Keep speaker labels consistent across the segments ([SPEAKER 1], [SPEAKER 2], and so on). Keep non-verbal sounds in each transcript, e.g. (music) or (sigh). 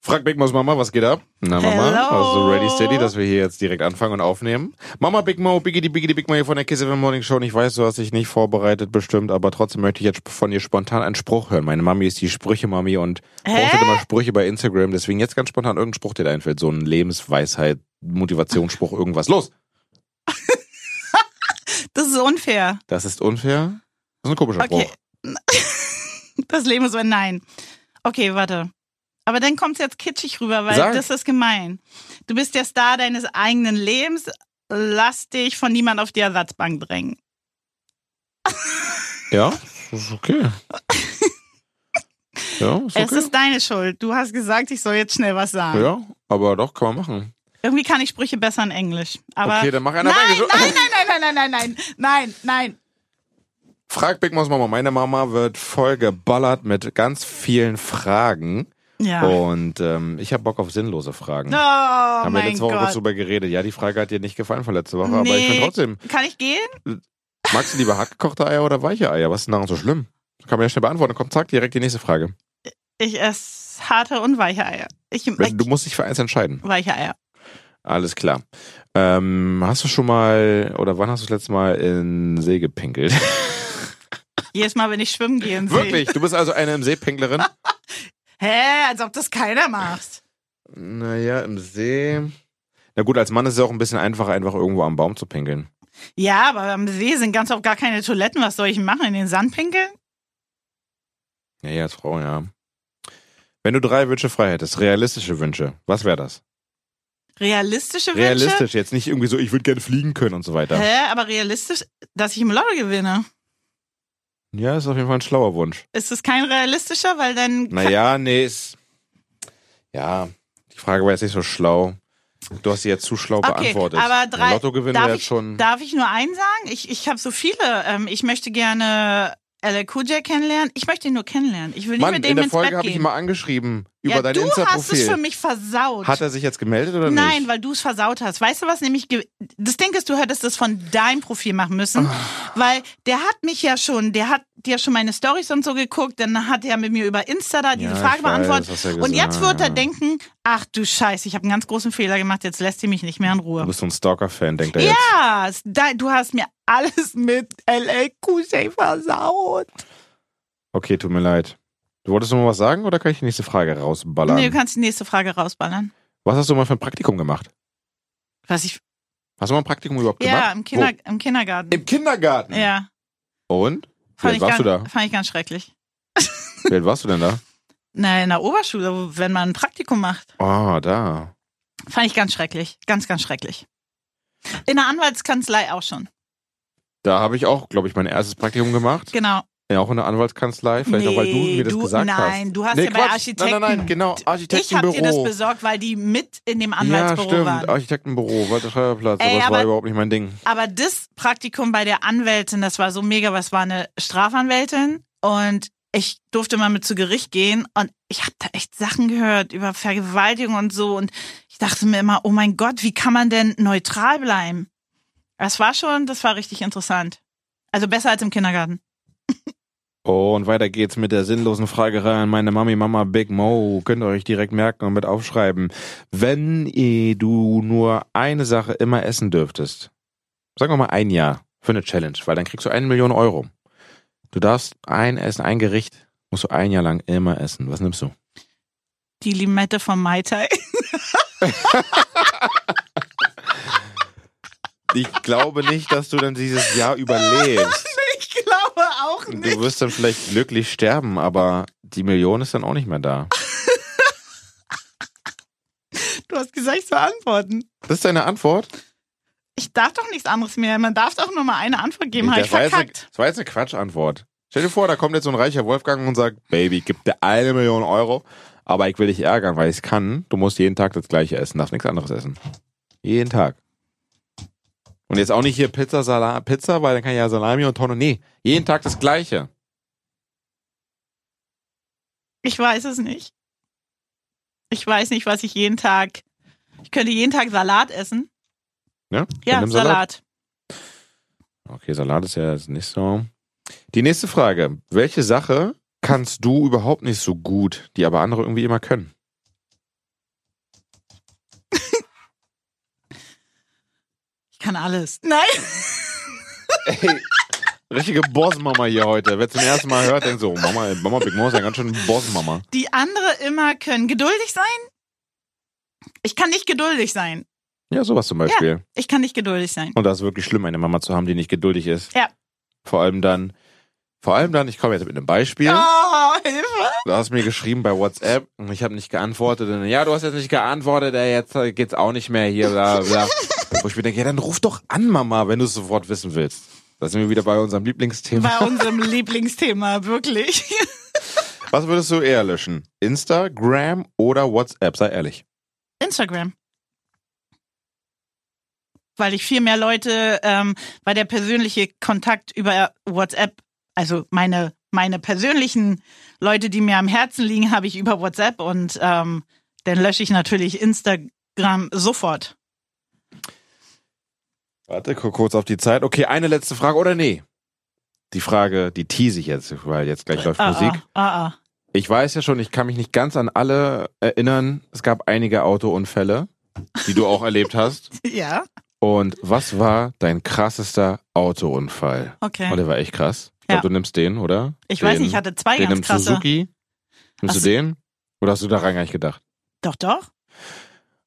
[SPEAKER 1] Frag Bigmos Mama, was geht ab? Na Mama,
[SPEAKER 2] Hello.
[SPEAKER 1] aus The Ready Steady, dass wir hier jetzt direkt anfangen und aufnehmen. Mama Big Mo, Biggity Biggity Big Mo hier von der Kiss FM Morning Show. Und ich weiß, du hast dich nicht vorbereitet bestimmt, aber trotzdem möchte ich jetzt von dir spontan einen Spruch hören. Meine Mami ist die Sprüche-Mami und postet immer Sprüche bei Instagram. Deswegen jetzt ganz spontan irgendein Spruch, der dir einfällt. So ein Lebensweisheit, Motivationsspruch, irgendwas. Los!
[SPEAKER 2] Das ist unfair.
[SPEAKER 1] Das ist unfair. Das ist ein komischer
[SPEAKER 2] Okay. (laughs)
[SPEAKER 1] Spruch.
[SPEAKER 2] Das Leben ist ein Nein. Okay, warte. Aber dann kommt's jetzt kitschig rüber, weil
[SPEAKER 1] Sag.
[SPEAKER 2] das ist gemein. Du bist der Star deines eigenen Lebens. Lass dich von niemand auf die Ersatzbank drängen.
[SPEAKER 1] Ja, ist
[SPEAKER 2] (laughs)
[SPEAKER 1] okay. ja, ist okay.
[SPEAKER 2] Es ist deine Schuld. Du hast gesagt, ich soll jetzt schnell was sagen.
[SPEAKER 1] ja, aber doch, kann man machen.
[SPEAKER 2] Irgendwie kann ich Sprüche besser in Englisch. Aber
[SPEAKER 1] Okay, dann mach einer
[SPEAKER 2] nein,
[SPEAKER 1] auf Englisch.
[SPEAKER 2] nein, nein, nein, nein, nein, nein, nein, nein.
[SPEAKER 1] Frag Big Moms Mama. Meine Mama wird voll geballert mit ganz vielen Fragen.
[SPEAKER 2] Ja.
[SPEAKER 1] Und ähm, ich habe Bock auf sinnlose Fragen.
[SPEAKER 2] Oh,
[SPEAKER 1] Haben wir
[SPEAKER 2] mein
[SPEAKER 1] letzte Woche kurz
[SPEAKER 2] Gott.
[SPEAKER 1] drüber geredet. Ja, die Frage hat dir nicht gefallen von letzter Woche, aber ich
[SPEAKER 2] nee.
[SPEAKER 1] finde trotzdem,
[SPEAKER 2] Kann ich gehen?
[SPEAKER 1] magst du lieber hartgekochte Eier oder weiche Eier? Was ist denn daran so schlimm? Kann man ja schnell beantworten. Komm, zack, direkt die nächste Frage.
[SPEAKER 2] Ich esse harte und weiche Eier. Ich, ich
[SPEAKER 1] Du musst dich für eins entscheiden.
[SPEAKER 2] weiche Eier.
[SPEAKER 1] Alles klar. Ähm, hast du schon mal, oder wann hast du das letzte Mal in den See
[SPEAKER 2] (laughs)
[SPEAKER 1] gepinkelt?
[SPEAKER 2] Jedes Mal, wenn ich schwimmen gehe im See.
[SPEAKER 1] Wirklich? Du bist also eine im See Pinklerin?
[SPEAKER 2] Hä, als ob das keiner macht.
[SPEAKER 1] Naja, im See. Na gut, als Mann ist es auch ein bisschen einfacher, einfach irgendwo am Baum zu pinkeln.
[SPEAKER 2] Ja, aber am See sind ganz oft gar keine Toiletten. Was soll ich machen? In den Sand pinkeln?
[SPEAKER 1] Ja, ja, als Frau, ja. Wenn du drei Wünsche frei hättest, realistische Wünsche, was wäre das?
[SPEAKER 2] Realistische Wünsche?
[SPEAKER 1] Realistisch, jetzt nicht irgendwie so, ich würde gerne fliegen können und so weiter.
[SPEAKER 2] Hä, aber realistisch, dass ich im Lotto gewinne.
[SPEAKER 1] Ja, ist auf jeden Fall ein schlauer Wunsch.
[SPEAKER 2] Ist das kein realistischer? Weil dann.
[SPEAKER 1] Naja, nee, ist. Ja, die Frage war jetzt nicht so schlau. Du hast sie jetzt zu schlau
[SPEAKER 2] Okay,
[SPEAKER 1] beantwortet.
[SPEAKER 2] aber drei-
[SPEAKER 1] Lotto gewinnen
[SPEAKER 2] darf
[SPEAKER 1] wäre jetzt
[SPEAKER 2] ich-
[SPEAKER 1] schon.
[SPEAKER 2] Darf ich nur einen sagen? Ich, ich habe so viele. Ähm, ich möchte gerne LL Cool J kennenlernen. Ich möchte ihn nur kennenlernen. Ich will nicht
[SPEAKER 1] Mann,
[SPEAKER 2] mit dem
[SPEAKER 1] in der
[SPEAKER 2] ins
[SPEAKER 1] Folge
[SPEAKER 2] Bett
[SPEAKER 1] habe ich
[SPEAKER 2] gehen.
[SPEAKER 1] ihn mal angeschrieben
[SPEAKER 2] ja,
[SPEAKER 1] über dein
[SPEAKER 2] du hast es für
[SPEAKER 1] Insta-Profil.
[SPEAKER 2] mich versaut.
[SPEAKER 1] Hat er sich jetzt gemeldet oder nicht?
[SPEAKER 2] Nein, weil du es versaut hast. Weißt du was? Nämlich ge- das Ding ist, du hättest es von deinem Profil machen müssen,
[SPEAKER 1] Ah.
[SPEAKER 2] weil der hat mich ja schon, der hat dir schon meine Stories und so geguckt, dann hat er mit mir über Insta da diese
[SPEAKER 1] Ja,
[SPEAKER 2] Frage
[SPEAKER 1] ich weiß,
[SPEAKER 2] beantwortet.
[SPEAKER 1] hast du ja
[SPEAKER 2] und
[SPEAKER 1] gesagt,
[SPEAKER 2] jetzt wird er
[SPEAKER 1] ja.
[SPEAKER 2] denken, ach du Scheiße, ich habe einen ganz großen Fehler gemacht, jetzt lässt sie mich nicht mehr in
[SPEAKER 1] Du
[SPEAKER 2] Ruhe.
[SPEAKER 1] bist so ein Stalker-Fan, denkt er jetzt.
[SPEAKER 2] Ja, es- da- du hast mir alles mit LL Cool J versaut.
[SPEAKER 1] Okay, tut mir leid. Du wolltest noch mal was sagen oder kann ich die nächste Frage rausballern?
[SPEAKER 2] Nee, du kannst die nächste Frage rausballern.
[SPEAKER 1] was hast du mal für ein Praktikum gemacht?
[SPEAKER 2] Was ich
[SPEAKER 1] Hast du mal ein Praktikum überhaupt
[SPEAKER 2] Ja,
[SPEAKER 1] gemacht?
[SPEAKER 2] im, Kinder,
[SPEAKER 1] Wo?
[SPEAKER 2] im Kindergarten.
[SPEAKER 1] Im Kindergarten?
[SPEAKER 2] ja,
[SPEAKER 1] Und? Wie alt
[SPEAKER 2] ich
[SPEAKER 1] warst
[SPEAKER 2] ganz,
[SPEAKER 1] du da?
[SPEAKER 2] fand ich ganz schrecklich.
[SPEAKER 1] Wie alt warst du denn
[SPEAKER 2] (laughs)
[SPEAKER 1] da?
[SPEAKER 2] Na, in der Oberschule, wo- wenn man ein Praktikum macht.
[SPEAKER 1] Oh, da.
[SPEAKER 2] Fand ich ganz schrecklich. Ganz, ganz schrecklich. In der Anwaltskanzlei auch schon.
[SPEAKER 1] Da habe ich auch, glaube ich, mein erstes Praktikum gemacht.
[SPEAKER 2] Genau.
[SPEAKER 1] Ja, auch in der Anwaltskanzlei. Vielleicht auch, weil du
[SPEAKER 2] Nee,
[SPEAKER 1] mir das
[SPEAKER 2] du-
[SPEAKER 1] gesagt hast.
[SPEAKER 2] nein, du hast
[SPEAKER 1] nee,
[SPEAKER 2] ja bei
[SPEAKER 1] Quatsch.
[SPEAKER 2] Architekten-
[SPEAKER 1] Nein, nein, nein, genau.
[SPEAKER 2] Ich habe
[SPEAKER 1] Architektenbüro.
[SPEAKER 2] dir das besorgt, weil die mit in dem
[SPEAKER 1] ja,
[SPEAKER 2] Anwaltsbüro
[SPEAKER 1] stimmt.
[SPEAKER 2] waren.
[SPEAKER 1] Architektenbüro, Walter Schreiberplatz.
[SPEAKER 2] Ey,
[SPEAKER 1] aber das war
[SPEAKER 2] aber-
[SPEAKER 1] überhaupt nicht mein Ding.
[SPEAKER 2] Aber das Praktikum bei der Anwältin, das war so mega, was war eine Strafanwältin und ich durfte mal mit zu Gericht gehen und ich habe da echt Sachen gehört über Vergewaltigung und so und ich dachte mir immer, oh mein Gott, wie kann man denn neutral bleiben? Das war schon, das war richtig interessant. Also besser als im Kindergarten.
[SPEAKER 1] Oh, und weiter geht's mit der sinnlosen Fragerei an meine Mami, Mama, Big Mo. Könnt ihr euch direkt merken und mit aufschreiben. Wenn eh, du nur eine Sache immer essen dürftest, sagen wir mal ein Jahr für eine Challenge, weil dann kriegst du eine Million Euro. Du darfst ein Essen, ein Gericht, musst du ein Jahr lang immer essen. Was nimmst du?
[SPEAKER 2] Die Limette von Mai Tai. (laughs)
[SPEAKER 1] Ich glaube nicht, dass du dann dieses Jahr überlebst. (laughs)
[SPEAKER 2] Ich glaube auch
[SPEAKER 1] Du wirst dann vielleicht glücklich sterben, aber die Million ist dann auch nicht mehr da.
[SPEAKER 2] Du hast gesagt, ich soll antworten.
[SPEAKER 1] Das ist deine Antwort?
[SPEAKER 2] Ich darf doch nichts anderes mehr. Man darf doch nur mal eine Antwort geben. Hab
[SPEAKER 1] Nee,
[SPEAKER 2] ich
[SPEAKER 1] das, war jetzt eine,
[SPEAKER 2] verkackt.
[SPEAKER 1] das war jetzt eine Quatschantwort. Stell dir vor, da kommt jetzt so ein reicher Wolfgang und sagt, Baby, gib dir eine Million Euro, aber ich will dich ärgern, weil ich es kann. Du musst jeden Tag das gleiche essen, darfst nichts anderes essen. Jeden Tag. Und jetzt auch nicht hier Pizza, Salat, Pizza, weil dann kann ich ja Salami und Tonne. Nee, jeden Tag das gleiche.
[SPEAKER 2] Ich weiß es nicht. Ich weiß nicht, was ich jeden Tag. Ich könnte jeden Tag Salat essen.
[SPEAKER 1] Ne? Dann
[SPEAKER 2] Ja,
[SPEAKER 1] nimm
[SPEAKER 2] Salat.
[SPEAKER 1] Okay, Salat ist ja jetzt nicht so. Die nächste Frage. Welche Sache kannst du überhaupt nicht so gut, die aber andere irgendwie immer können?
[SPEAKER 2] kann alles. Nein.
[SPEAKER 1] Ey, richtige Bossmama hier heute. Wer zum ersten Mal hört, denkt so, Mama, Mama Big Mom ist ja ganz schön Bossmama.
[SPEAKER 2] Die andere immer können geduldig sein. Ich kann nicht geduldig sein.
[SPEAKER 1] Ja, sowas zum Beispiel.
[SPEAKER 2] Ich kann nicht geduldig sein.
[SPEAKER 1] Und das ist wirklich schlimm, eine Mama zu haben, die nicht geduldig ist.
[SPEAKER 2] Ja.
[SPEAKER 1] Vor allem dann, vor allem dann, ich komme jetzt mit einem Beispiel.
[SPEAKER 2] Oh, Hilfe.
[SPEAKER 1] Du hast mir geschrieben bei WhatsApp und ich habe nicht geantwortet. Und, ja, du hast jetzt nicht geantwortet, ey, jetzt äh, geht's auch nicht mehr hier. Bla, bla. Wo ich mir denke, ja, dann ruf doch an, Mama, wenn du es sofort wissen willst. Da sind wir wieder bei unserem Lieblingsthema.
[SPEAKER 2] Bei unserem Lieblingsthema, wirklich.
[SPEAKER 1] Was würdest du eher löschen? Instagram oder WhatsApp? Sei ehrlich.
[SPEAKER 2] Instagram. Weil ich viel mehr Leute, ähm, weil der persönliche Kontakt über WhatsApp, also meine, meine persönlichen Leute, die mir am Herzen liegen, habe ich über WhatsApp und ähm, dann lösche ich natürlich Instagram sofort.
[SPEAKER 1] Warte, guck kurz auf die Zeit. Okay, eine letzte Frage oder nee? Die Frage, die tease ich jetzt, weil jetzt gleich läuft Musik.
[SPEAKER 2] Ah, ah, ah.
[SPEAKER 1] Ich weiß ja schon, ich kann mich nicht ganz an alle erinnern. Es gab einige Autounfälle, die du auch erlebt hast.
[SPEAKER 2] Ja,
[SPEAKER 1] Und was war dein krassester Autounfall?
[SPEAKER 2] okay.
[SPEAKER 1] Oh, der war echt krass. Ich glaube,
[SPEAKER 2] Ja.
[SPEAKER 1] du nimmst den, oder?
[SPEAKER 2] ich
[SPEAKER 1] den,
[SPEAKER 2] weiß nicht, ich hatte zwei
[SPEAKER 1] den
[SPEAKER 2] ganz
[SPEAKER 1] nimmst
[SPEAKER 2] krasse.
[SPEAKER 1] Suzuki. Nimmst du
[SPEAKER 2] Ach so.
[SPEAKER 1] den? Oder hast du daran gar nicht gedacht?
[SPEAKER 2] Doch, doch.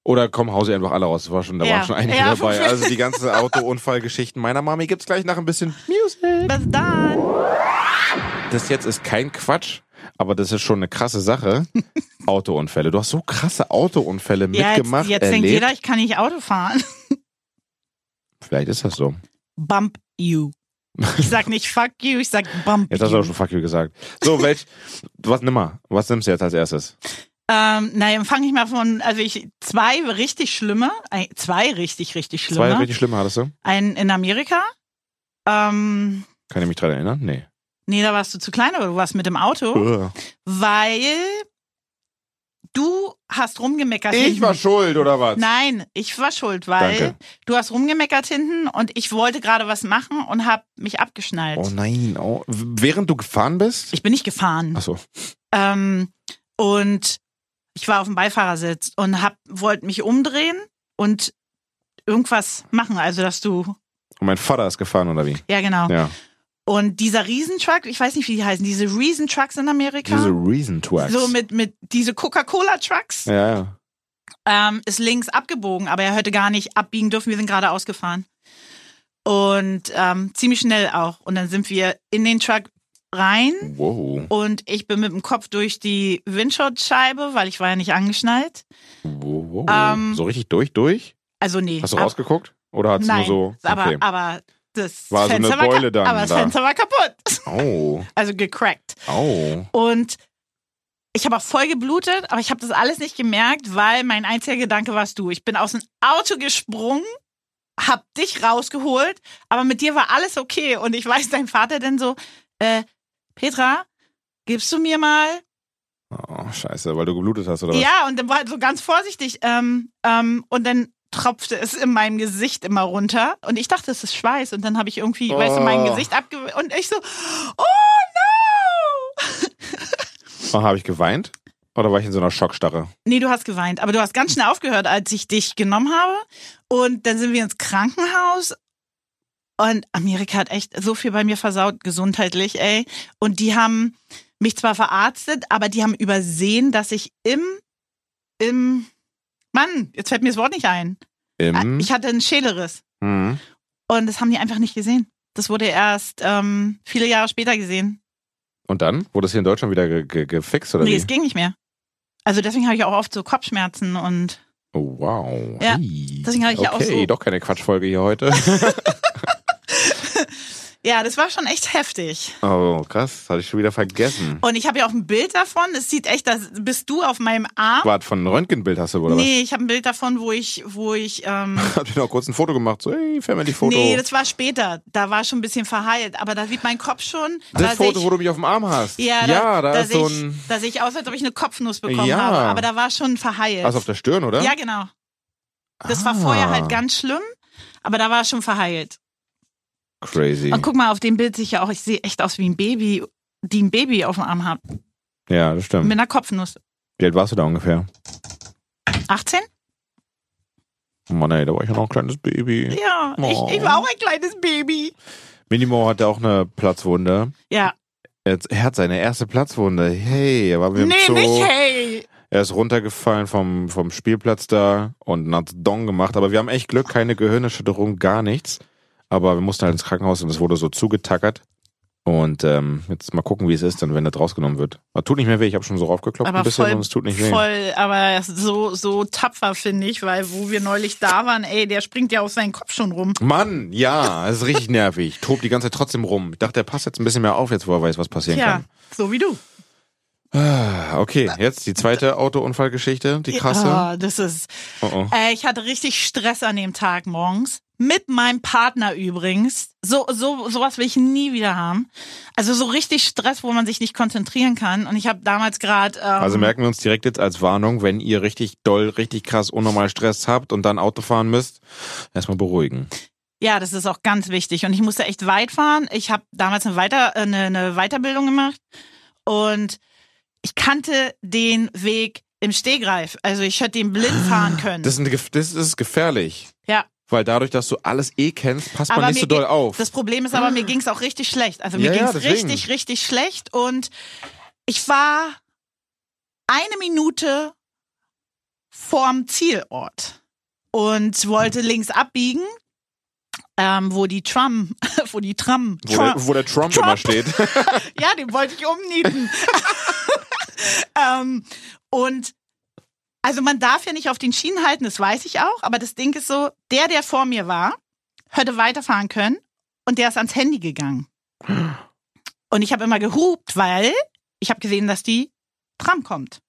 [SPEAKER 1] Oder komm, hause einfach alle raus. Das war schon, da
[SPEAKER 2] Ja.
[SPEAKER 1] waren schon einige
[SPEAKER 2] Ja.
[SPEAKER 1] dabei. Also
[SPEAKER 2] (laughs)
[SPEAKER 1] die ganzen Autounfallgeschichten meiner Mami gibt's gleich nach ein bisschen Music.
[SPEAKER 2] Bis dann.
[SPEAKER 1] Das jetzt ist kein Quatsch, aber das ist schon eine krasse
[SPEAKER 2] (laughs)
[SPEAKER 1] Sache. Autounfälle. Du hast so krasse Autounfälle
[SPEAKER 2] Ja, jetzt,
[SPEAKER 1] mitgemacht,
[SPEAKER 2] jetzt denkt
[SPEAKER 1] erlebt.
[SPEAKER 2] jeder, ich kann nicht Auto fahren. (laughs)
[SPEAKER 1] Vielleicht ist das so.
[SPEAKER 2] Bump you. Ich sag nicht fuck you, ich sag bump
[SPEAKER 1] Jetzt hast du
[SPEAKER 2] you.
[SPEAKER 1] auch schon fuck you gesagt. So, welch, was nimm mal? Was nimmst du jetzt als erstes?
[SPEAKER 2] Ähm, naja, fange ich mal von, also ich, zwei richtig schlimme, ein- zwei richtig, richtig
[SPEAKER 1] Zwei
[SPEAKER 2] schlimme.
[SPEAKER 1] richtig schlimme hattest du?
[SPEAKER 2] Einen in Amerika. Ähm,
[SPEAKER 1] Kann ich mich dran erinnern? Nee.
[SPEAKER 2] nee, da warst du zu klein, aber du warst mit dem Auto,
[SPEAKER 1] Ugh.
[SPEAKER 2] weil du hast rumgemeckert.
[SPEAKER 1] Ich
[SPEAKER 2] hinten.
[SPEAKER 1] war schuld, oder was?
[SPEAKER 2] Nein, ich war schuld, weil
[SPEAKER 1] Danke.
[SPEAKER 2] du hast rumgemeckert hinten und ich wollte gerade was machen und hab mich abgeschnallt.
[SPEAKER 1] Oh nein, oh. W- während du gefahren bist?
[SPEAKER 2] Ich bin nicht gefahren.
[SPEAKER 1] Achso.
[SPEAKER 2] Ähm, und ich war auf dem Beifahrersitz und hab, wollte mich umdrehen und irgendwas machen. Also, dass du.
[SPEAKER 1] Und mein Vater ist gefahren, oder wie?
[SPEAKER 2] Ja, genau.
[SPEAKER 1] Ja.
[SPEAKER 2] Und dieser Riesentruck, ich weiß nicht, wie die heißen, diese Riesentrucks in Amerika.
[SPEAKER 1] Diese Reason Twags.
[SPEAKER 2] so mit, mit diese Coca-Cola-Trucks
[SPEAKER 1] ja, ja.
[SPEAKER 2] ähm, ist links abgebogen, aber er hätte gar nicht abbiegen dürfen. Wir sind gerade ausgefahren. Und ähm, ziemlich schnell auch. Und dann sind wir in den Truck rein
[SPEAKER 1] Wow.
[SPEAKER 2] und ich bin mit dem Kopf durch die Windschutzscheibe, weil ich war ja nicht angeschnallt.
[SPEAKER 1] wow, wow.
[SPEAKER 2] Ähm,
[SPEAKER 1] so richtig durch, durch?
[SPEAKER 2] Also nee.
[SPEAKER 1] Hast du
[SPEAKER 2] ab-
[SPEAKER 1] rausgeguckt? Oder hat's nur
[SPEAKER 2] Nein,
[SPEAKER 1] so?
[SPEAKER 2] aber,
[SPEAKER 1] Okay.
[SPEAKER 2] aber das
[SPEAKER 1] War so eine
[SPEAKER 2] Fenster war
[SPEAKER 1] Beule
[SPEAKER 2] kap-
[SPEAKER 1] dann
[SPEAKER 2] Aber das
[SPEAKER 1] da.
[SPEAKER 2] Fenster war kaputt. (laughs)
[SPEAKER 1] Au,
[SPEAKER 2] Also gecrackt.
[SPEAKER 1] au.
[SPEAKER 2] Und ich habe auch voll geblutet, aber ich habe das alles nicht gemerkt, weil mein einziger Gedanke warst du. Ich bin aus dem Auto gesprungen, hab dich rausgeholt, aber mit dir war alles okay. Und ich weiß, dein Vater denn so, äh, Petra, gibst du mir mal?
[SPEAKER 1] Oh, scheiße, weil du geblutet hast, oder was?
[SPEAKER 2] Ja, und dann war halt so ganz vorsichtig. Ähm, ähm, und dann tropfte es in meinem Gesicht immer runter. Und ich dachte, es ist Schweiß. Und dann habe ich irgendwie, weißt du, mein
[SPEAKER 1] Oh.
[SPEAKER 2] Gesicht abge... Und ich so, oh no!
[SPEAKER 1] Oh, Habe ich geweint? Oder war ich in so einer Schockstarre?
[SPEAKER 2] Nee, du hast geweint, aber du hast ganz schnell aufgehört, als ich dich genommen habe. Und dann sind wir ins Krankenhaus. Und Amerika hat echt so viel bei mir versaut, gesundheitlich, ey. Und die haben mich zwar verarztet, aber die haben übersehen, dass ich im, im, Mann, jetzt fällt mir das Wort nicht ein.
[SPEAKER 1] Im.
[SPEAKER 2] Äh, Ich hatte einen Schädelriss.
[SPEAKER 1] Mhm.
[SPEAKER 2] Und das haben die einfach nicht gesehen. Das wurde erst ähm, viele Jahre später gesehen.
[SPEAKER 1] Und dann? Wurde es hier in Deutschland wieder ge ge gefixt, oder
[SPEAKER 2] nee,
[SPEAKER 1] wie?
[SPEAKER 2] es ging nicht mehr. Also deswegen habe ich auch oft so Kopfschmerzen und
[SPEAKER 1] Oh, wow.
[SPEAKER 2] Ja,
[SPEAKER 1] Hey.
[SPEAKER 2] deswegen habe ich
[SPEAKER 1] okay,
[SPEAKER 2] ja auch so-
[SPEAKER 1] doch keine Quatschfolge hier
[SPEAKER 2] (laughs)
[SPEAKER 1] heute.
[SPEAKER 2] ja, das war schon echt heftig.
[SPEAKER 1] oh, krass, das hatte ich schon wieder vergessen.
[SPEAKER 2] Und ich habe ja auch ein Bild davon. Es sieht echt, das bist du auf meinem Arm.
[SPEAKER 1] Wart von einem Röntgenbild hast du, oder
[SPEAKER 2] nee, ich habe ein Bild davon, wo ich, wo ich.
[SPEAKER 1] (laughs)
[SPEAKER 2] Ähm,
[SPEAKER 1] was? Hab ich noch kurz ein Foto gemacht, so, hey, Family-Foto.
[SPEAKER 2] Nee,
[SPEAKER 1] das
[SPEAKER 2] das war später. Da war schon ein bisschen verheilt. Aber da sieht mein Kopf schon. da seh
[SPEAKER 1] Foto, wo du mich auf dem Arm hast.
[SPEAKER 2] ich, ja,
[SPEAKER 1] ja da,
[SPEAKER 2] da,
[SPEAKER 1] ist
[SPEAKER 2] seh
[SPEAKER 1] so
[SPEAKER 2] ich,
[SPEAKER 1] ein.
[SPEAKER 2] Da sehe ich aus, als ob ich eine Kopfnuss bekommen
[SPEAKER 1] Ja.
[SPEAKER 2] habe. Aber da war schon verheilt.
[SPEAKER 1] Also auf der Stirn, oder?
[SPEAKER 2] ja, genau. Das war
[SPEAKER 1] Ah,
[SPEAKER 2] vorher halt ganz schlimm. Aber da war schon verheilt.
[SPEAKER 1] Crazy.
[SPEAKER 2] Und Oh, guck mal, auf dem Bild sehe ich ja auch, ich sehe echt aus wie ein Baby, die ein Baby auf dem Arm hat.
[SPEAKER 1] Ja, das stimmt.
[SPEAKER 2] Mit einer Kopfnuss.
[SPEAKER 1] Wie alt warst du da ungefähr?
[SPEAKER 2] 18?
[SPEAKER 1] Mann, ey, da war ich ja noch ein kleines Baby.
[SPEAKER 2] Ja,
[SPEAKER 1] Oh.
[SPEAKER 2] ich, ich war auch ein kleines Baby.
[SPEAKER 1] Minimo hatte auch eine Platzwunde.
[SPEAKER 2] Ja.
[SPEAKER 1] Jetzt, er hat seine erste Platzwunde. Hey, er war mit dem
[SPEAKER 2] nee,
[SPEAKER 1] Zoo.
[SPEAKER 2] nicht hey.
[SPEAKER 1] Er ist runtergefallen vom, vom Spielplatz da und hat Dong gemacht. Aber wir haben echt Glück, keine Gehirnerschütterung, gar nichts. Aber wir mussten halt ins Krankenhaus und es wurde so zugetackert. Und ähm, jetzt mal gucken, wie es ist, dann, wenn das rausgenommen wird. Aber tut nicht mehr weh, ich habe schon so raufgekloppt
[SPEAKER 2] Aber
[SPEAKER 1] ein bisschen
[SPEAKER 2] voll-
[SPEAKER 1] und es tut nicht weh.
[SPEAKER 2] Voll, aber so, so tapfer finde ich, weil wo wir neulich da waren, ey, der springt ja auf seinen Kopf schon rum.
[SPEAKER 1] Mann, ja, es ist
[SPEAKER 2] (laughs)
[SPEAKER 1] richtig nervig. Tobt die ganze Zeit trotzdem rum. Ich dachte, er passt jetzt ein bisschen mehr auf, jetzt wo er weiß, was passieren
[SPEAKER 2] Tja, so wie du.
[SPEAKER 1] kann. Ah, Okay, jetzt die zweite Autounfallgeschichte, die krasse.
[SPEAKER 2] Ja, Ah, das ist.
[SPEAKER 1] Oh, oh.
[SPEAKER 2] Äh, ich hatte richtig Stress an dem Tag morgens. Mit meinem Partner übrigens. So, so, sowas will ich nie wieder haben. Also so richtig Stress, wo man sich nicht konzentrieren kann. Und ich habe damals gerade. Ähm,
[SPEAKER 1] Also merken wir uns direkt jetzt als Warnung, wenn ihr richtig doll, richtig krass, unnormal Stress habt und dann Auto fahren müsst, erstmal beruhigen.
[SPEAKER 2] Mhm. Ja, das ist auch ganz wichtig. Und ich musste echt weit fahren. Ich habe damals eine, Weiter, äh, eine, eine Weiterbildung gemacht und ich kannte den Weg im Stehgreif. Also ich hätte den blind fahren können.
[SPEAKER 1] Das ist, eine, gef- das ist gefährlich,
[SPEAKER 2] ja.
[SPEAKER 1] weil dadurch, dass du alles eh kennst, passt
[SPEAKER 2] Aber
[SPEAKER 1] man nicht so
[SPEAKER 2] mir
[SPEAKER 1] doll
[SPEAKER 2] ge-
[SPEAKER 1] auf.
[SPEAKER 2] Das Problem ist aber, mir ging's auch richtig schlecht. Also mir
[SPEAKER 1] Ja, ja,
[SPEAKER 2] ging's
[SPEAKER 1] deswegen.
[SPEAKER 2] richtig, richtig schlecht. Und ich war eine Minute vorm Zielort und wollte links abbiegen, ähm, wo die Tram, (laughs) wo die Tram,
[SPEAKER 1] wo,
[SPEAKER 2] Tram
[SPEAKER 1] der, wo der Trump,
[SPEAKER 2] Trump.
[SPEAKER 1] immer steht. (laughs)
[SPEAKER 2] ja, den wollte ich umnieten. (laughs) ähm, und also man darf ja nicht auf den Schienen halten, das weiß ich auch, aber das Ding ist so, der, der vor mir war, hätte weiterfahren können und der ist ans Handy gegangen. Und ich habe immer gehupt, weil ich habe gesehen, dass die Tram kommt.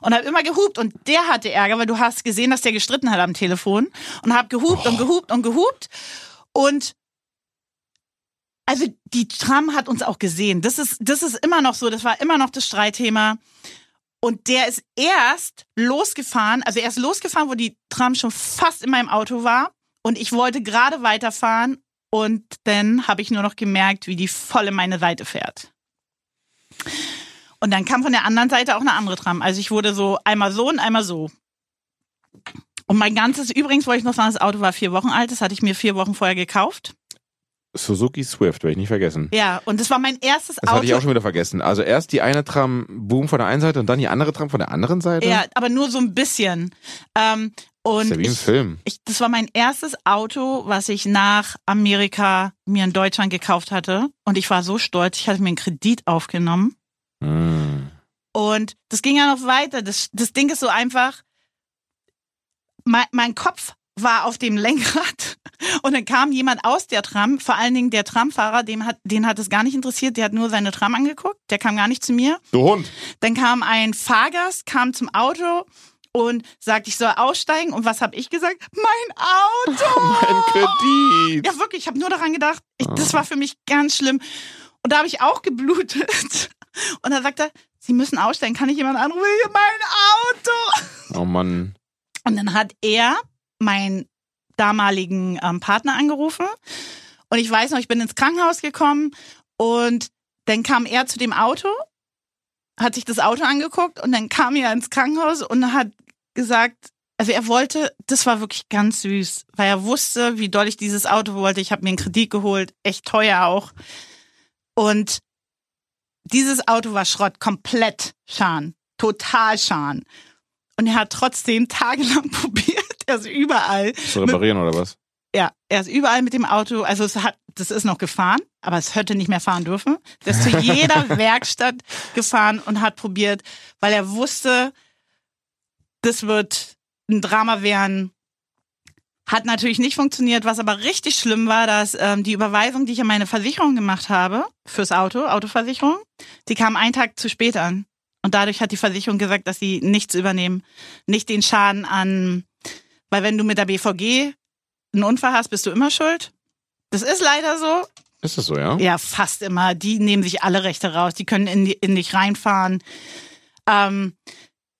[SPEAKER 2] Und habe immer gehupt und der hatte Ärger, weil du hast gesehen, dass der gestritten hat am Telefon und habe gehupt und gehupt und gehupt und also die Tram hat uns auch gesehen. Das ist, das ist immer noch so, das war immer noch das Streitthema. Und der ist erst losgefahren, also er ist losgefahren, wo die Tram schon fast in meinem Auto war. Und ich wollte gerade weiterfahren. Und dann habe ich nur noch gemerkt, wie die voll in meine Seite fährt. Und dann kam von der anderen Seite auch eine andere Tram. Also ich wurde so einmal so und einmal so. Und mein ganzes, übrigens wollte ich noch sagen, das Auto war vier Wochen alt. Das hatte ich mir vier Wochen vorher gekauft.
[SPEAKER 1] Suzuki Swift, werde ich nicht vergessen.
[SPEAKER 2] Ja, und das war mein erstes
[SPEAKER 1] Das
[SPEAKER 2] Auto.
[SPEAKER 1] hatte ich auch schon wieder vergessen. Also erst die eine Tram boom von der einen Seite und dann die andere Tram von der anderen Seite.
[SPEAKER 2] ja, aber nur so ein bisschen. Ähm,
[SPEAKER 1] das
[SPEAKER 2] und
[SPEAKER 1] ist ja wie im
[SPEAKER 2] ich,
[SPEAKER 1] Film.
[SPEAKER 2] ich, das war mein erstes Auto, was ich nach Amerika mir in Deutschland gekauft hatte. Und ich war so stolz, ich hatte mir einen Kredit aufgenommen.
[SPEAKER 1] Hm.
[SPEAKER 2] Und das ging ja noch weiter. Das, das Ding ist so einfach, mein, mein Kopf war auf dem (laughs) Lenkrad und dann kam jemand aus der Tram, vor allen Dingen der Tramfahrer, dem hat, den hat es gar nicht interessiert, der hat nur seine Tram angeguckt, der kam gar nicht zu mir.
[SPEAKER 1] Du Hund!
[SPEAKER 2] Dann kam ein Fahrgast, kam zum Auto und sagte, ich soll aussteigen. Und was habe ich gesagt? Mein Auto!
[SPEAKER 1] Mein Kredit!
[SPEAKER 2] Ja, wirklich, ich habe nur daran gedacht. Ich, das war für mich ganz schlimm. Und da habe ich auch geblutet. (laughs) Und dann sagt er, Sie müssen aussteigen, kann ich jemanden anrufen? Ich, Mein Auto!
[SPEAKER 1] Oh Mann.
[SPEAKER 2] Und dann hat er meinen damaligen ähm, Partner angerufen. Und ich weiß noch, ich bin ins Krankenhaus gekommen und dann kam er zu dem Auto, hat sich das Auto angeguckt und dann kam er ins Krankenhaus und hat gesagt, also er wollte, das war wirklich ganz süß, weil er wusste, wie doll ich dieses Auto wollte. Ich habe mir einen Kredit geholt, echt teuer auch. Und dieses Auto war Schrott, komplett Schan, total Schan. Und er hat trotzdem tagelang (laughs) probiert, er ist überall
[SPEAKER 1] Zu reparieren oder was?
[SPEAKER 2] ja, er ist überall mit dem Auto, also es hat, das ist noch gefahren, aber es hätte nicht mehr fahren dürfen. Er ist zu jeder Werkstatt gefahren und hat probiert, weil er wusste, das wird ein Drama werden. Hat natürlich nicht funktioniert. Was aber richtig schlimm war, dass ähm, die Überweisung, die ich an meine Versicherung gemacht habe, fürs Auto, Autoversicherung, die kam einen Tag zu spät an. Und dadurch hat die Versicherung gesagt, dass sie nichts übernehmen. Nicht den Schaden an, weil wenn du mit der BVG einen Unfall hast, bist du immer schuld. Das ist leider so.
[SPEAKER 1] Ist das so, ja?
[SPEAKER 2] Ja, fast immer. Die nehmen sich alle Rechte raus. Die können in, die, in dich reinfahren. Ähm,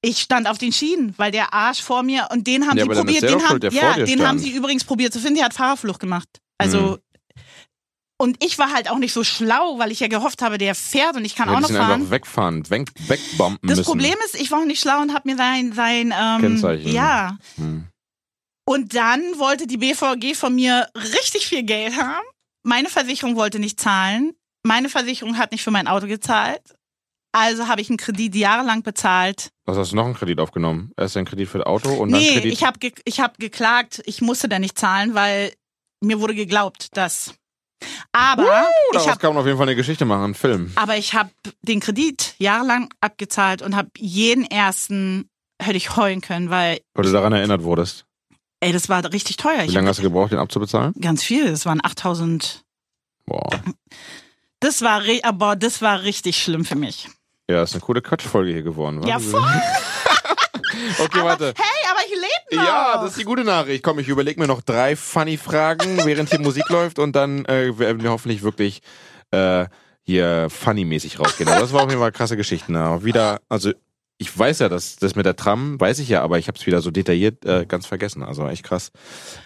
[SPEAKER 2] ich stand auf den Schienen, weil der Arsch vor mir und den haben
[SPEAKER 1] Ja,
[SPEAKER 2] sie
[SPEAKER 1] aber dann ist
[SPEAKER 2] probiert.
[SPEAKER 1] der
[SPEAKER 2] Den
[SPEAKER 1] doch
[SPEAKER 2] haben,
[SPEAKER 1] schuld, der vor
[SPEAKER 2] ja,
[SPEAKER 1] dir
[SPEAKER 2] den haben
[SPEAKER 1] stand. Mhm.
[SPEAKER 2] sie übrigens probiert zu finden. Der hat Fahrerflucht gemacht. Also und ich war halt auch nicht so schlau, weil ich ja gehofft habe, der fährt und ich kann
[SPEAKER 1] Wir
[SPEAKER 2] auch noch
[SPEAKER 1] müssen
[SPEAKER 2] fahren.
[SPEAKER 1] einfach wegfahren, weg, wegbomben
[SPEAKER 2] Das
[SPEAKER 1] müssen.
[SPEAKER 2] Problem ist, ich war auch nicht schlau und habe mir sein sein ähm,
[SPEAKER 1] Kennzeichen.
[SPEAKER 2] ja
[SPEAKER 1] Hm.
[SPEAKER 2] Und dann wollte die BVG von mir richtig viel Geld haben. Meine Versicherung wollte nicht zahlen. Meine Versicherung hat nicht für mein Auto gezahlt. Also habe ich einen Kredit jahrelang bezahlt.
[SPEAKER 1] Was hast du noch einen Kredit aufgenommen? Erst ein Kredit für das Auto und dann
[SPEAKER 2] nee,
[SPEAKER 1] Kredit.
[SPEAKER 2] ich habe ge ich hab geklagt, ich musste da nicht zahlen, weil mir wurde geglaubt, dass. Aber
[SPEAKER 1] Daraus
[SPEAKER 2] ich habe
[SPEAKER 1] kann man auf jeden Fall eine Geschichte machen, einen Film.
[SPEAKER 2] aber ich habe den Kredit jahrelang abgezahlt und habe jeden ersten hätte ich heulen können, weil
[SPEAKER 1] Weil du daran erinnert wurdest.
[SPEAKER 2] ey, das war richtig teuer.
[SPEAKER 1] Wie
[SPEAKER 2] Ich
[SPEAKER 1] lange
[SPEAKER 2] hab
[SPEAKER 1] hast du gebraucht, den abzubezahlen?
[SPEAKER 2] ganz viel, das waren 8000.
[SPEAKER 1] Boah.
[SPEAKER 2] Das war ri- aber das war richtig schlimm für mich.
[SPEAKER 1] Ja, ist eine coole Quatschfolge hier geworden.
[SPEAKER 2] Ja,
[SPEAKER 1] Wahnsinn.
[SPEAKER 2] voll.
[SPEAKER 1] (laughs) okay,
[SPEAKER 2] aber,
[SPEAKER 1] warte.
[SPEAKER 2] Hey, aber ich lebe noch.
[SPEAKER 1] Ja, das ist die gute Nachricht. Komm, ich überlege mir noch drei funny Fragen, während hier Musik (laughs) läuft und dann äh, werden wir hoffentlich wirklich äh, hier funny-mäßig rausgehen. Aber das war auf jeden Fall krasse Geschichten. Aber wieder, also ich weiß ja, dass das mit der Tram weiß ich ja, aber ich habe es wieder so detailliert äh, ganz vergessen. Also echt krass.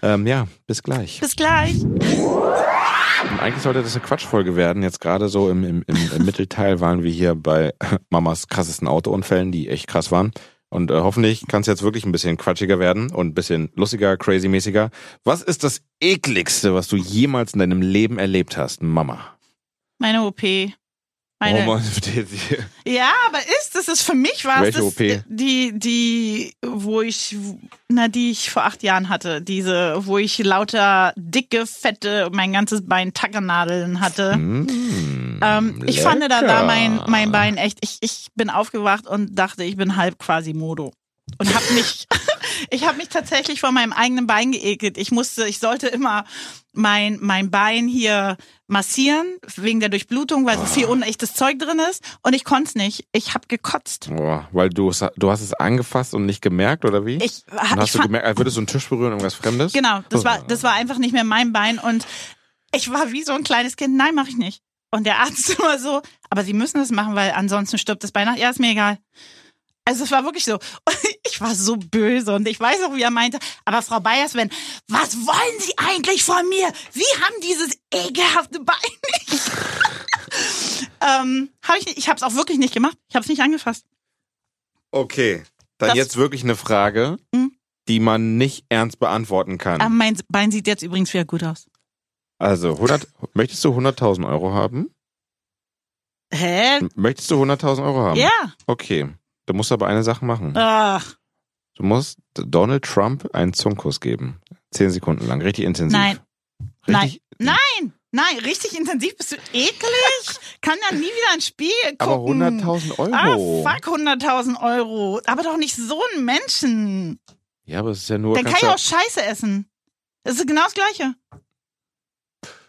[SPEAKER 1] Ähm, ja, bis gleich.
[SPEAKER 2] Bis gleich.
[SPEAKER 1] Und eigentlich sollte das eine Quatschfolge werden. Jetzt gerade so im, im, im, im Mittelteil waren wir hier bei (laughs) Mamas krassesten Autounfällen, die echt krass waren. Und äh, hoffentlich kann es jetzt wirklich ein bisschen quatschiger werden und ein bisschen lustiger, crazy-mäßiger. Was ist das ekligste, was du jemals in deinem Leben erlebt hast, Mama?
[SPEAKER 2] Meine OP. Meine,
[SPEAKER 1] Warum steht sie-
[SPEAKER 2] Ja, aber ist das ist für mich war es
[SPEAKER 1] Welche
[SPEAKER 2] das,
[SPEAKER 1] OP?
[SPEAKER 2] die die wo ich na die ich vor acht Jahren hatte diese wo ich lauter dicke fette mein ganzes Bein Tackernadeln
[SPEAKER 1] Mhm.
[SPEAKER 2] hatte.
[SPEAKER 1] Mm,
[SPEAKER 2] (laughs) Ähm, ich
[SPEAKER 1] lecker.
[SPEAKER 2] fand da, da mein, mein Bein echt, ich, ich bin aufgewacht und dachte, ich bin halb quasi Modo. Und hab mich, (laughs) ich habe mich tatsächlich vor meinem eigenen Bein geekelt. Ich musste, ich sollte immer mein, mein Bein hier massieren, wegen der Durchblutung, weil so
[SPEAKER 1] Ah.
[SPEAKER 2] viel unechtes Zeug drin ist. Und ich konnte es nicht. Ich habe gekotzt.
[SPEAKER 1] Boah, weil du, es- du hast es angefasst und nicht gemerkt, oder wie?
[SPEAKER 2] Ich,
[SPEAKER 1] und
[SPEAKER 2] hab, ich
[SPEAKER 1] hast du
[SPEAKER 2] fand,
[SPEAKER 1] gemerkt, als würdest du einen Tisch berühren, irgendwas Fremdes?
[SPEAKER 2] genau, das
[SPEAKER 1] Oh.
[SPEAKER 2] war, das war einfach nicht mehr mein Bein. Und ich war wie so ein kleines Kind, nein, mache ich nicht. Und der Arzt (laughs) immer so, aber sie müssen das machen, weil ansonsten stirbt das Bein nach. Ja, ist mir egal. Also es war wirklich so. (laughs) Und ich war so böse und ich weiß auch, wie er meinte, aber Frau Beierswen, was wollen Sie eigentlich von mir? Sie haben dieses ekelhafte Bein nicht. (laughs) ähm, hab ich nicht- ich habe es auch wirklich nicht gemacht. Ich habe es nicht angefasst.
[SPEAKER 1] Okay, dann
[SPEAKER 2] Das-
[SPEAKER 1] jetzt wirklich eine Frage,
[SPEAKER 2] Mhm.
[SPEAKER 1] die man nicht ernst beantworten kann.
[SPEAKER 2] Aber mein Bein sieht jetzt übrigens wieder gut aus.
[SPEAKER 1] also, 100, möchtest du 100.000 Euro haben?
[SPEAKER 2] Hä?
[SPEAKER 1] Möchtest du 100.000 Euro haben?
[SPEAKER 2] Ja. Ah.
[SPEAKER 1] Okay, du musst aber eine Sache machen.
[SPEAKER 2] Ach,
[SPEAKER 1] Du musst Donald Trump einen Zungenkuss geben. Zehn Sekunden lang, richtig intensiv.
[SPEAKER 2] Nein.
[SPEAKER 1] Richtig,
[SPEAKER 2] nein, richtig intensiv bist du eklig. Kann dann nie wieder ein Spiel gucken.
[SPEAKER 1] Aber 100.000
[SPEAKER 2] Ah,
[SPEAKER 1] Euro.
[SPEAKER 2] fuck, 100.000 Euro. Aber doch nicht so einen Menschen.
[SPEAKER 1] Ja, aber es ist ja nur...
[SPEAKER 2] Dann kann
[SPEAKER 1] kannst
[SPEAKER 2] ich
[SPEAKER 1] du-
[SPEAKER 2] auch Scheiße essen. Das ist genau das Gleiche.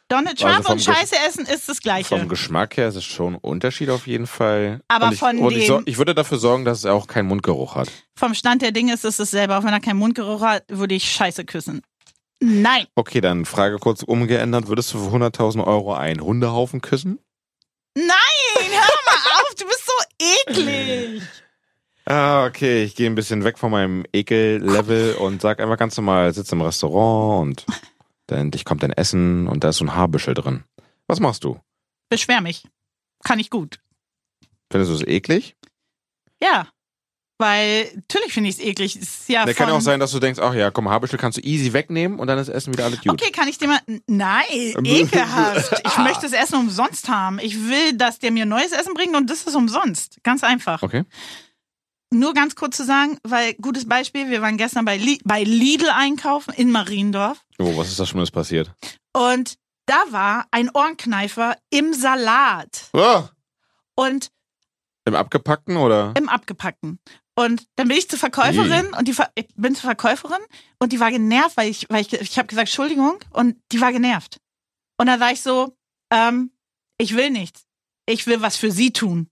[SPEAKER 2] Donald Trump
[SPEAKER 1] Also vom
[SPEAKER 2] und Scheiße essen ist das Gleiche.
[SPEAKER 1] Vom Geschmack her ist es schon ein Unterschied auf jeden Fall.
[SPEAKER 2] Aber
[SPEAKER 1] und ich,
[SPEAKER 2] von
[SPEAKER 1] und ich, so,
[SPEAKER 2] dem-
[SPEAKER 1] ich würde dafür sorgen, dass es auch keinen Mundgeruch hat.
[SPEAKER 2] Vom Stand der Dinge ist es dasselbe. Auch wenn er keinen Mundgeruch hat, würde ich Scheiße küssen. Nein.
[SPEAKER 1] Okay, dann Frage kurz umgeändert. Würdest du für 100.000 Euro einen Hundehaufen küssen?
[SPEAKER 2] Nein, hör mal auf, du bist so eklig.
[SPEAKER 1] Ah, okay, ich gehe ein bisschen weg von meinem
[SPEAKER 2] (laughs)
[SPEAKER 1] Ekel-Level und sag einfach ganz normal, sitz im Restaurant und dann endlich kommt dein Essen und da ist so ein Haarbüschel drin. Was machst du?
[SPEAKER 2] Beschwer mich. Kann ich gut.
[SPEAKER 1] Findest du es eklig?
[SPEAKER 2] Ja. Weil, natürlich finde ich es eklig. Es Ist ja
[SPEAKER 1] Ja, kann
[SPEAKER 2] von-
[SPEAKER 1] ja auch sein, dass du denkst, ach ja, komm, Haarbüschel kannst du easy wegnehmen und dann ist Essen wieder alles gut.
[SPEAKER 2] Okay, kann ich dir mal. Nein,
[SPEAKER 1] Ähm, (laughs)
[SPEAKER 2] ekelhaft. Ich möchte das Essen umsonst haben. Ich will, dass der mir neues Essen bringt und das ist umsonst. Ganz einfach.
[SPEAKER 1] Okay.
[SPEAKER 2] Nur ganz kurz zu sagen, weil gutes Beispiel, wir waren gestern bei, Li bei Lidl einkaufen in Mariendorf
[SPEAKER 1] Oh, was ist da Schlimmes passiert?
[SPEAKER 2] und da war ein Ohrenkneifer im Salat
[SPEAKER 1] Ah,
[SPEAKER 2] und
[SPEAKER 1] Im Abgepackten oder?
[SPEAKER 2] im Abgepackten. Und dann bin ich zur Verkäuferin und die Ver ich bin zur Verkäuferin und die war genervt, weil ich, weil ich, ich habe gesagt, Entschuldigung, und die war genervt. Und dann war ich so, ähm, ich will nichts. Ich will was für sie tun.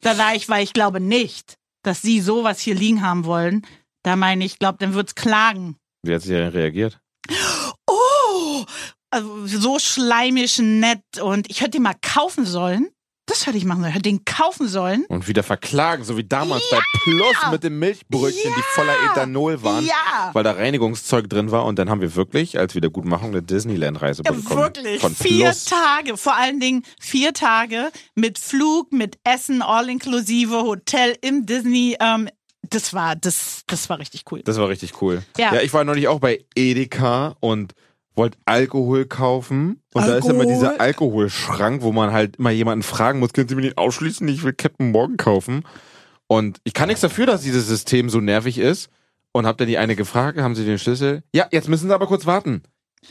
[SPEAKER 2] Da war ich, weil ich glaube nicht, dass sie sowas hier liegen haben wollen. Da meine ich, glaube, dann wird's klagen.
[SPEAKER 1] Wie hat sie denn reagiert?
[SPEAKER 2] Oh, also so schleimisch nett und ich hätte den mal kaufen sollen. Das hätte ich machen sollen. Ich hätte den kaufen sollen.
[SPEAKER 1] Und wieder verklagen, so wie damals bei Plus mit den Milchbrötchen, die voller Ethanol waren.
[SPEAKER 2] Ja.
[SPEAKER 1] weil da Reinigungszeug drin war und dann haben wir wirklich als Wiedergutmachung eine Disneyland-Reise
[SPEAKER 2] Ja,
[SPEAKER 1] bekommen.
[SPEAKER 2] wirklich.
[SPEAKER 1] Von
[SPEAKER 2] vier
[SPEAKER 1] Plus.
[SPEAKER 2] Tage, vor allen Dingen vier Tage mit Flug, mit Essen, all inklusive Hotel im Disney ähm, das war, das, das war richtig cool.
[SPEAKER 1] Das war richtig cool.
[SPEAKER 2] Ja.
[SPEAKER 1] Ja, ich war neulich auch bei Edeka und wollte Alkohol kaufen. Und da ist immer
[SPEAKER 2] Alkohol?
[SPEAKER 1] dieser Alkoholschrank, wo man halt immer jemanden fragen muss, können Sie mir den ausschließen? Ich will Captain Morgan kaufen. Und ich kann nichts dafür, dass dieses System so nervig ist. Und hab dann die eine gefragt, haben Sie den Schlüssel? Ja, jetzt müssen Sie aber kurz warten.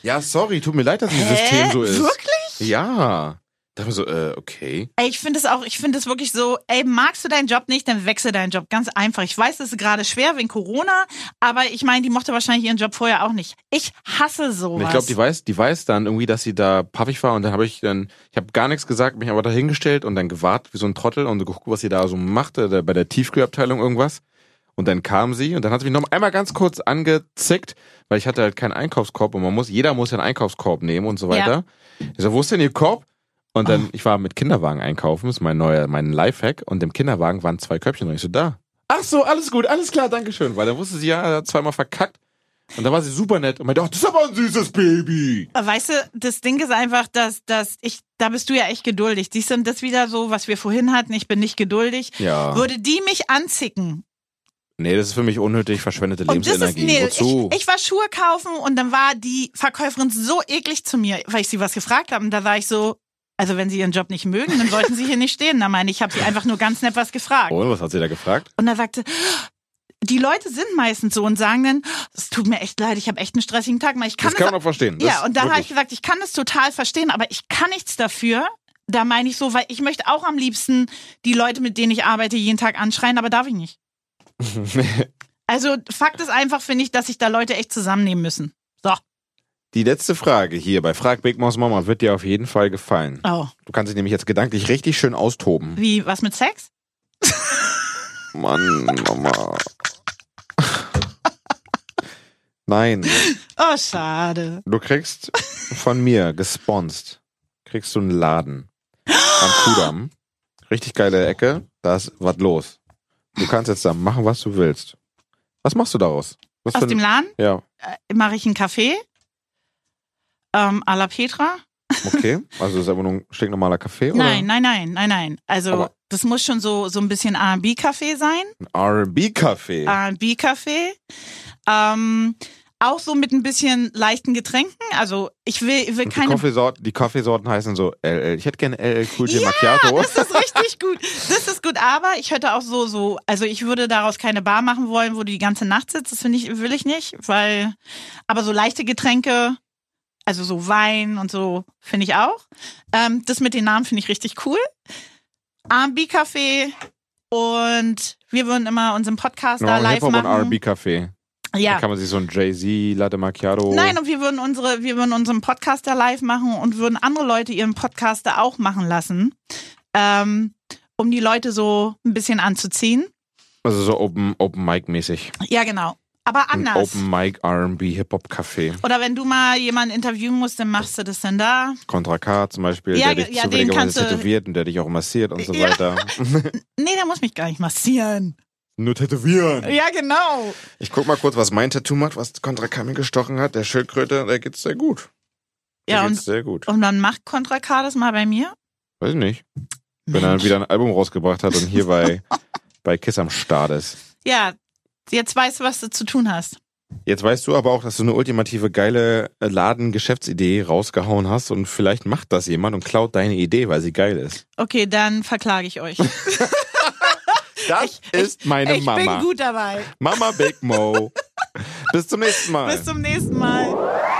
[SPEAKER 1] Ja, sorry, tut mir leid, dass dieses System so ist.
[SPEAKER 2] Wirklich?
[SPEAKER 1] Ja. Da war so, äh, okay.
[SPEAKER 2] Ey, ich finde es auch, ich finde es wirklich so, ey, magst du deinen Job nicht, dann wechsel deinen Job. Ganz einfach. Ich weiß, es ist gerade schwer wegen Corona, aber ich meine, die mochte wahrscheinlich ihren Job vorher auch nicht. Ich hasse sowas.
[SPEAKER 1] Und ich glaube, die weiß, die weiß dann irgendwie, dass sie da paffig war und dann habe ich dann, ich habe gar nichts gesagt, mich aber dahingestellt und dann gewartet wie so ein Trottel und geguckt, was sie da so machte, da bei der Tiefkühlabteilung irgendwas. Und dann kam sie und dann hat sie mich noch einmal ganz kurz angezickt, weil ich hatte halt keinen Einkaufskorb und man muss, jeder muss ja einen Einkaufskorb nehmen und so weiter. Ich so, wo ist denn ihr Korb? Und dann,
[SPEAKER 2] Ah.
[SPEAKER 1] ich war mit Kinderwagen einkaufen, ist mein neuer, mein Lifehack und im Kinderwagen waren zwei Köpfchen und ich so, da. Ach so, alles gut, alles klar, Dankeschön. Weil dann wusste sie ja, er hat zweimal verkackt. Und da war sie super nett und meinte, ach, das ist aber ein süßes Baby.
[SPEAKER 2] Weißt du, das Ding ist einfach, dass, dass ich, da bist du ja echt geduldig. Siehst du, und das ist wieder so, was wir vorhin hatten, ich bin nicht geduldig.
[SPEAKER 1] Ja.
[SPEAKER 2] Würde die mich anzicken?
[SPEAKER 1] Nee, das ist für mich unnötig verschwendete
[SPEAKER 2] Und das ist,
[SPEAKER 1] Lebensenergie.
[SPEAKER 2] nee, ich,
[SPEAKER 1] Wozu?
[SPEAKER 2] ich war Schuhe kaufen und dann war die Verkäuferin so eklig zu mir, weil ich sie was gefragt habe. Und da war ich so, also wenn sie ihren Job nicht mögen, dann sollten sie hier nicht stehen. Na meine, ich habe sie einfach nur ganz nett was gefragt.
[SPEAKER 1] und Oh, was hat sie da gefragt?
[SPEAKER 2] Und er sagte, die Leute sind meistens so und sagen dann, es tut mir echt leid, ich habe echt einen stressigen Tag. Ich kann
[SPEAKER 1] das
[SPEAKER 2] es
[SPEAKER 1] kann man auch verstehen. Das
[SPEAKER 2] ja, und da habe ich
[SPEAKER 1] wirklich.
[SPEAKER 2] gesagt, ich kann das total verstehen, aber ich kann nichts dafür. Da meine ich so, weil ich möchte auch am liebsten die Leute, mit denen ich arbeite, jeden Tag anschreien, aber darf ich nicht.
[SPEAKER 1] (laughs)
[SPEAKER 2] Also Fakt ist einfach, finde ich, dass sich da Leute echt zusammennehmen müssen. So.
[SPEAKER 1] Die letzte Frage hier bei Frag Big Maus Mama wird dir auf jeden Fall gefallen.
[SPEAKER 2] Oh.
[SPEAKER 1] Du kannst dich nämlich jetzt gedanklich richtig schön austoben.
[SPEAKER 2] Wie, was mit Sex?
[SPEAKER 1] Mann, Mama. Nein,
[SPEAKER 2] Oh, schade.
[SPEAKER 1] du kriegst von mir gesponsert. Kriegst du einen Laden am Kudamm. Richtig geile Ecke, da ist was los. Du kannst jetzt da machen, was du willst. Was machst du daraus? Was
[SPEAKER 2] Aus
[SPEAKER 1] für ein-
[SPEAKER 2] dem Laden
[SPEAKER 1] Ja,
[SPEAKER 2] äh, mache ich einen Kaffee. Ähm, à la Petra.
[SPEAKER 1] okay. Also ist aber nur ein stinknormaler Kaffee
[SPEAKER 2] Nein, nein, nein, nein, nein. Also
[SPEAKER 1] Aber-
[SPEAKER 2] das muss schon so, so ein bisschen R&B-Kaffee sein.
[SPEAKER 1] oder ein R&B-Kaffee?
[SPEAKER 2] R&B-Kaffee. Ähm, auch so mit ein bisschen leichten Getränken. Also ich will,
[SPEAKER 1] Und
[SPEAKER 2] will
[SPEAKER 1] die,
[SPEAKER 2] keine...
[SPEAKER 1] Kaffeesorten, die Kaffeesorten heißen so LL. Ich hätte gerne LL Cool J Macchiato.
[SPEAKER 2] Das ist richtig gut. Das ist gut, aber ich hätte auch so, so, also ich würde daraus keine Bar machen wollen, wo du die ganze Nacht sitzt. Das finde ich, will ich nicht, weil, aber so leichte Getränke, also so Wein und so, finde ich auch. Ähm, das mit den Namen finde ich richtig cool. R&B-Kaffee und wir würden immer unseren Podcast da
[SPEAKER 1] Nur
[SPEAKER 2] live
[SPEAKER 1] Hip-Hop und
[SPEAKER 2] machen.
[SPEAKER 1] R&B-Kaffee. Da
[SPEAKER 2] Ja.
[SPEAKER 1] kann man sich so ein Jay-Z, Latte Macchiato.
[SPEAKER 2] Nein, um und wir würden unsere, wir würden unseren Podcast da live machen und würden andere Leute ihren Podcast da auch machen lassen, ähm, um die Leute so ein bisschen anzuziehen.
[SPEAKER 1] also so Open, Open Mic mäßig.
[SPEAKER 2] Ja, genau. Aber
[SPEAKER 1] Ein
[SPEAKER 2] anders.
[SPEAKER 1] Open Mic R&B Hip-Hop Kaffee.
[SPEAKER 2] Oder wenn du mal jemanden interviewen musst, dann machst du das dann da.
[SPEAKER 1] Contra K zum Beispiel,
[SPEAKER 2] Ja,
[SPEAKER 1] der dich
[SPEAKER 2] ja, den
[SPEAKER 1] zufälligerweise
[SPEAKER 2] kannst du-
[SPEAKER 1] tätowiert und der dich auch massiert und so
[SPEAKER 2] Ja. (laughs)
[SPEAKER 1] weiter.
[SPEAKER 2] Nee, der muss mich gar nicht massieren.
[SPEAKER 1] Nur tätowieren.
[SPEAKER 2] Ja, genau.
[SPEAKER 1] Ich guck mal kurz, was mein Tattoo macht, was Contra K mir gestochen hat. Der Schildkröte, der geht's sehr gut. Der
[SPEAKER 2] Ja,
[SPEAKER 1] geht's
[SPEAKER 2] und,
[SPEAKER 1] sehr gut.
[SPEAKER 2] und dann macht Contra K das mal bei mir.
[SPEAKER 1] Weiß ich nicht. Wenn er
[SPEAKER 2] (laughs) Mensch.
[SPEAKER 1] wieder ein Album rausgebracht hat und hier
[SPEAKER 2] (laughs)
[SPEAKER 1] bei, bei Kiss am Start ist.
[SPEAKER 2] Ja, jetzt weißt du, was du zu tun hast.
[SPEAKER 1] Jetzt weißt du aber auch, dass du eine ultimative geile äh, Laden-Geschäftsidee rausgehauen hast und vielleicht macht das jemand und klaut deine Idee, weil sie geil ist.
[SPEAKER 2] Okay, dann verklage ich euch.
[SPEAKER 1] Das ist meine
[SPEAKER 2] ich bin
[SPEAKER 1] Mama.
[SPEAKER 2] gut dabei. (laughs)
[SPEAKER 1] Mama Big Mo. Bis zum nächsten Mal.
[SPEAKER 2] Bis zum nächsten Mal.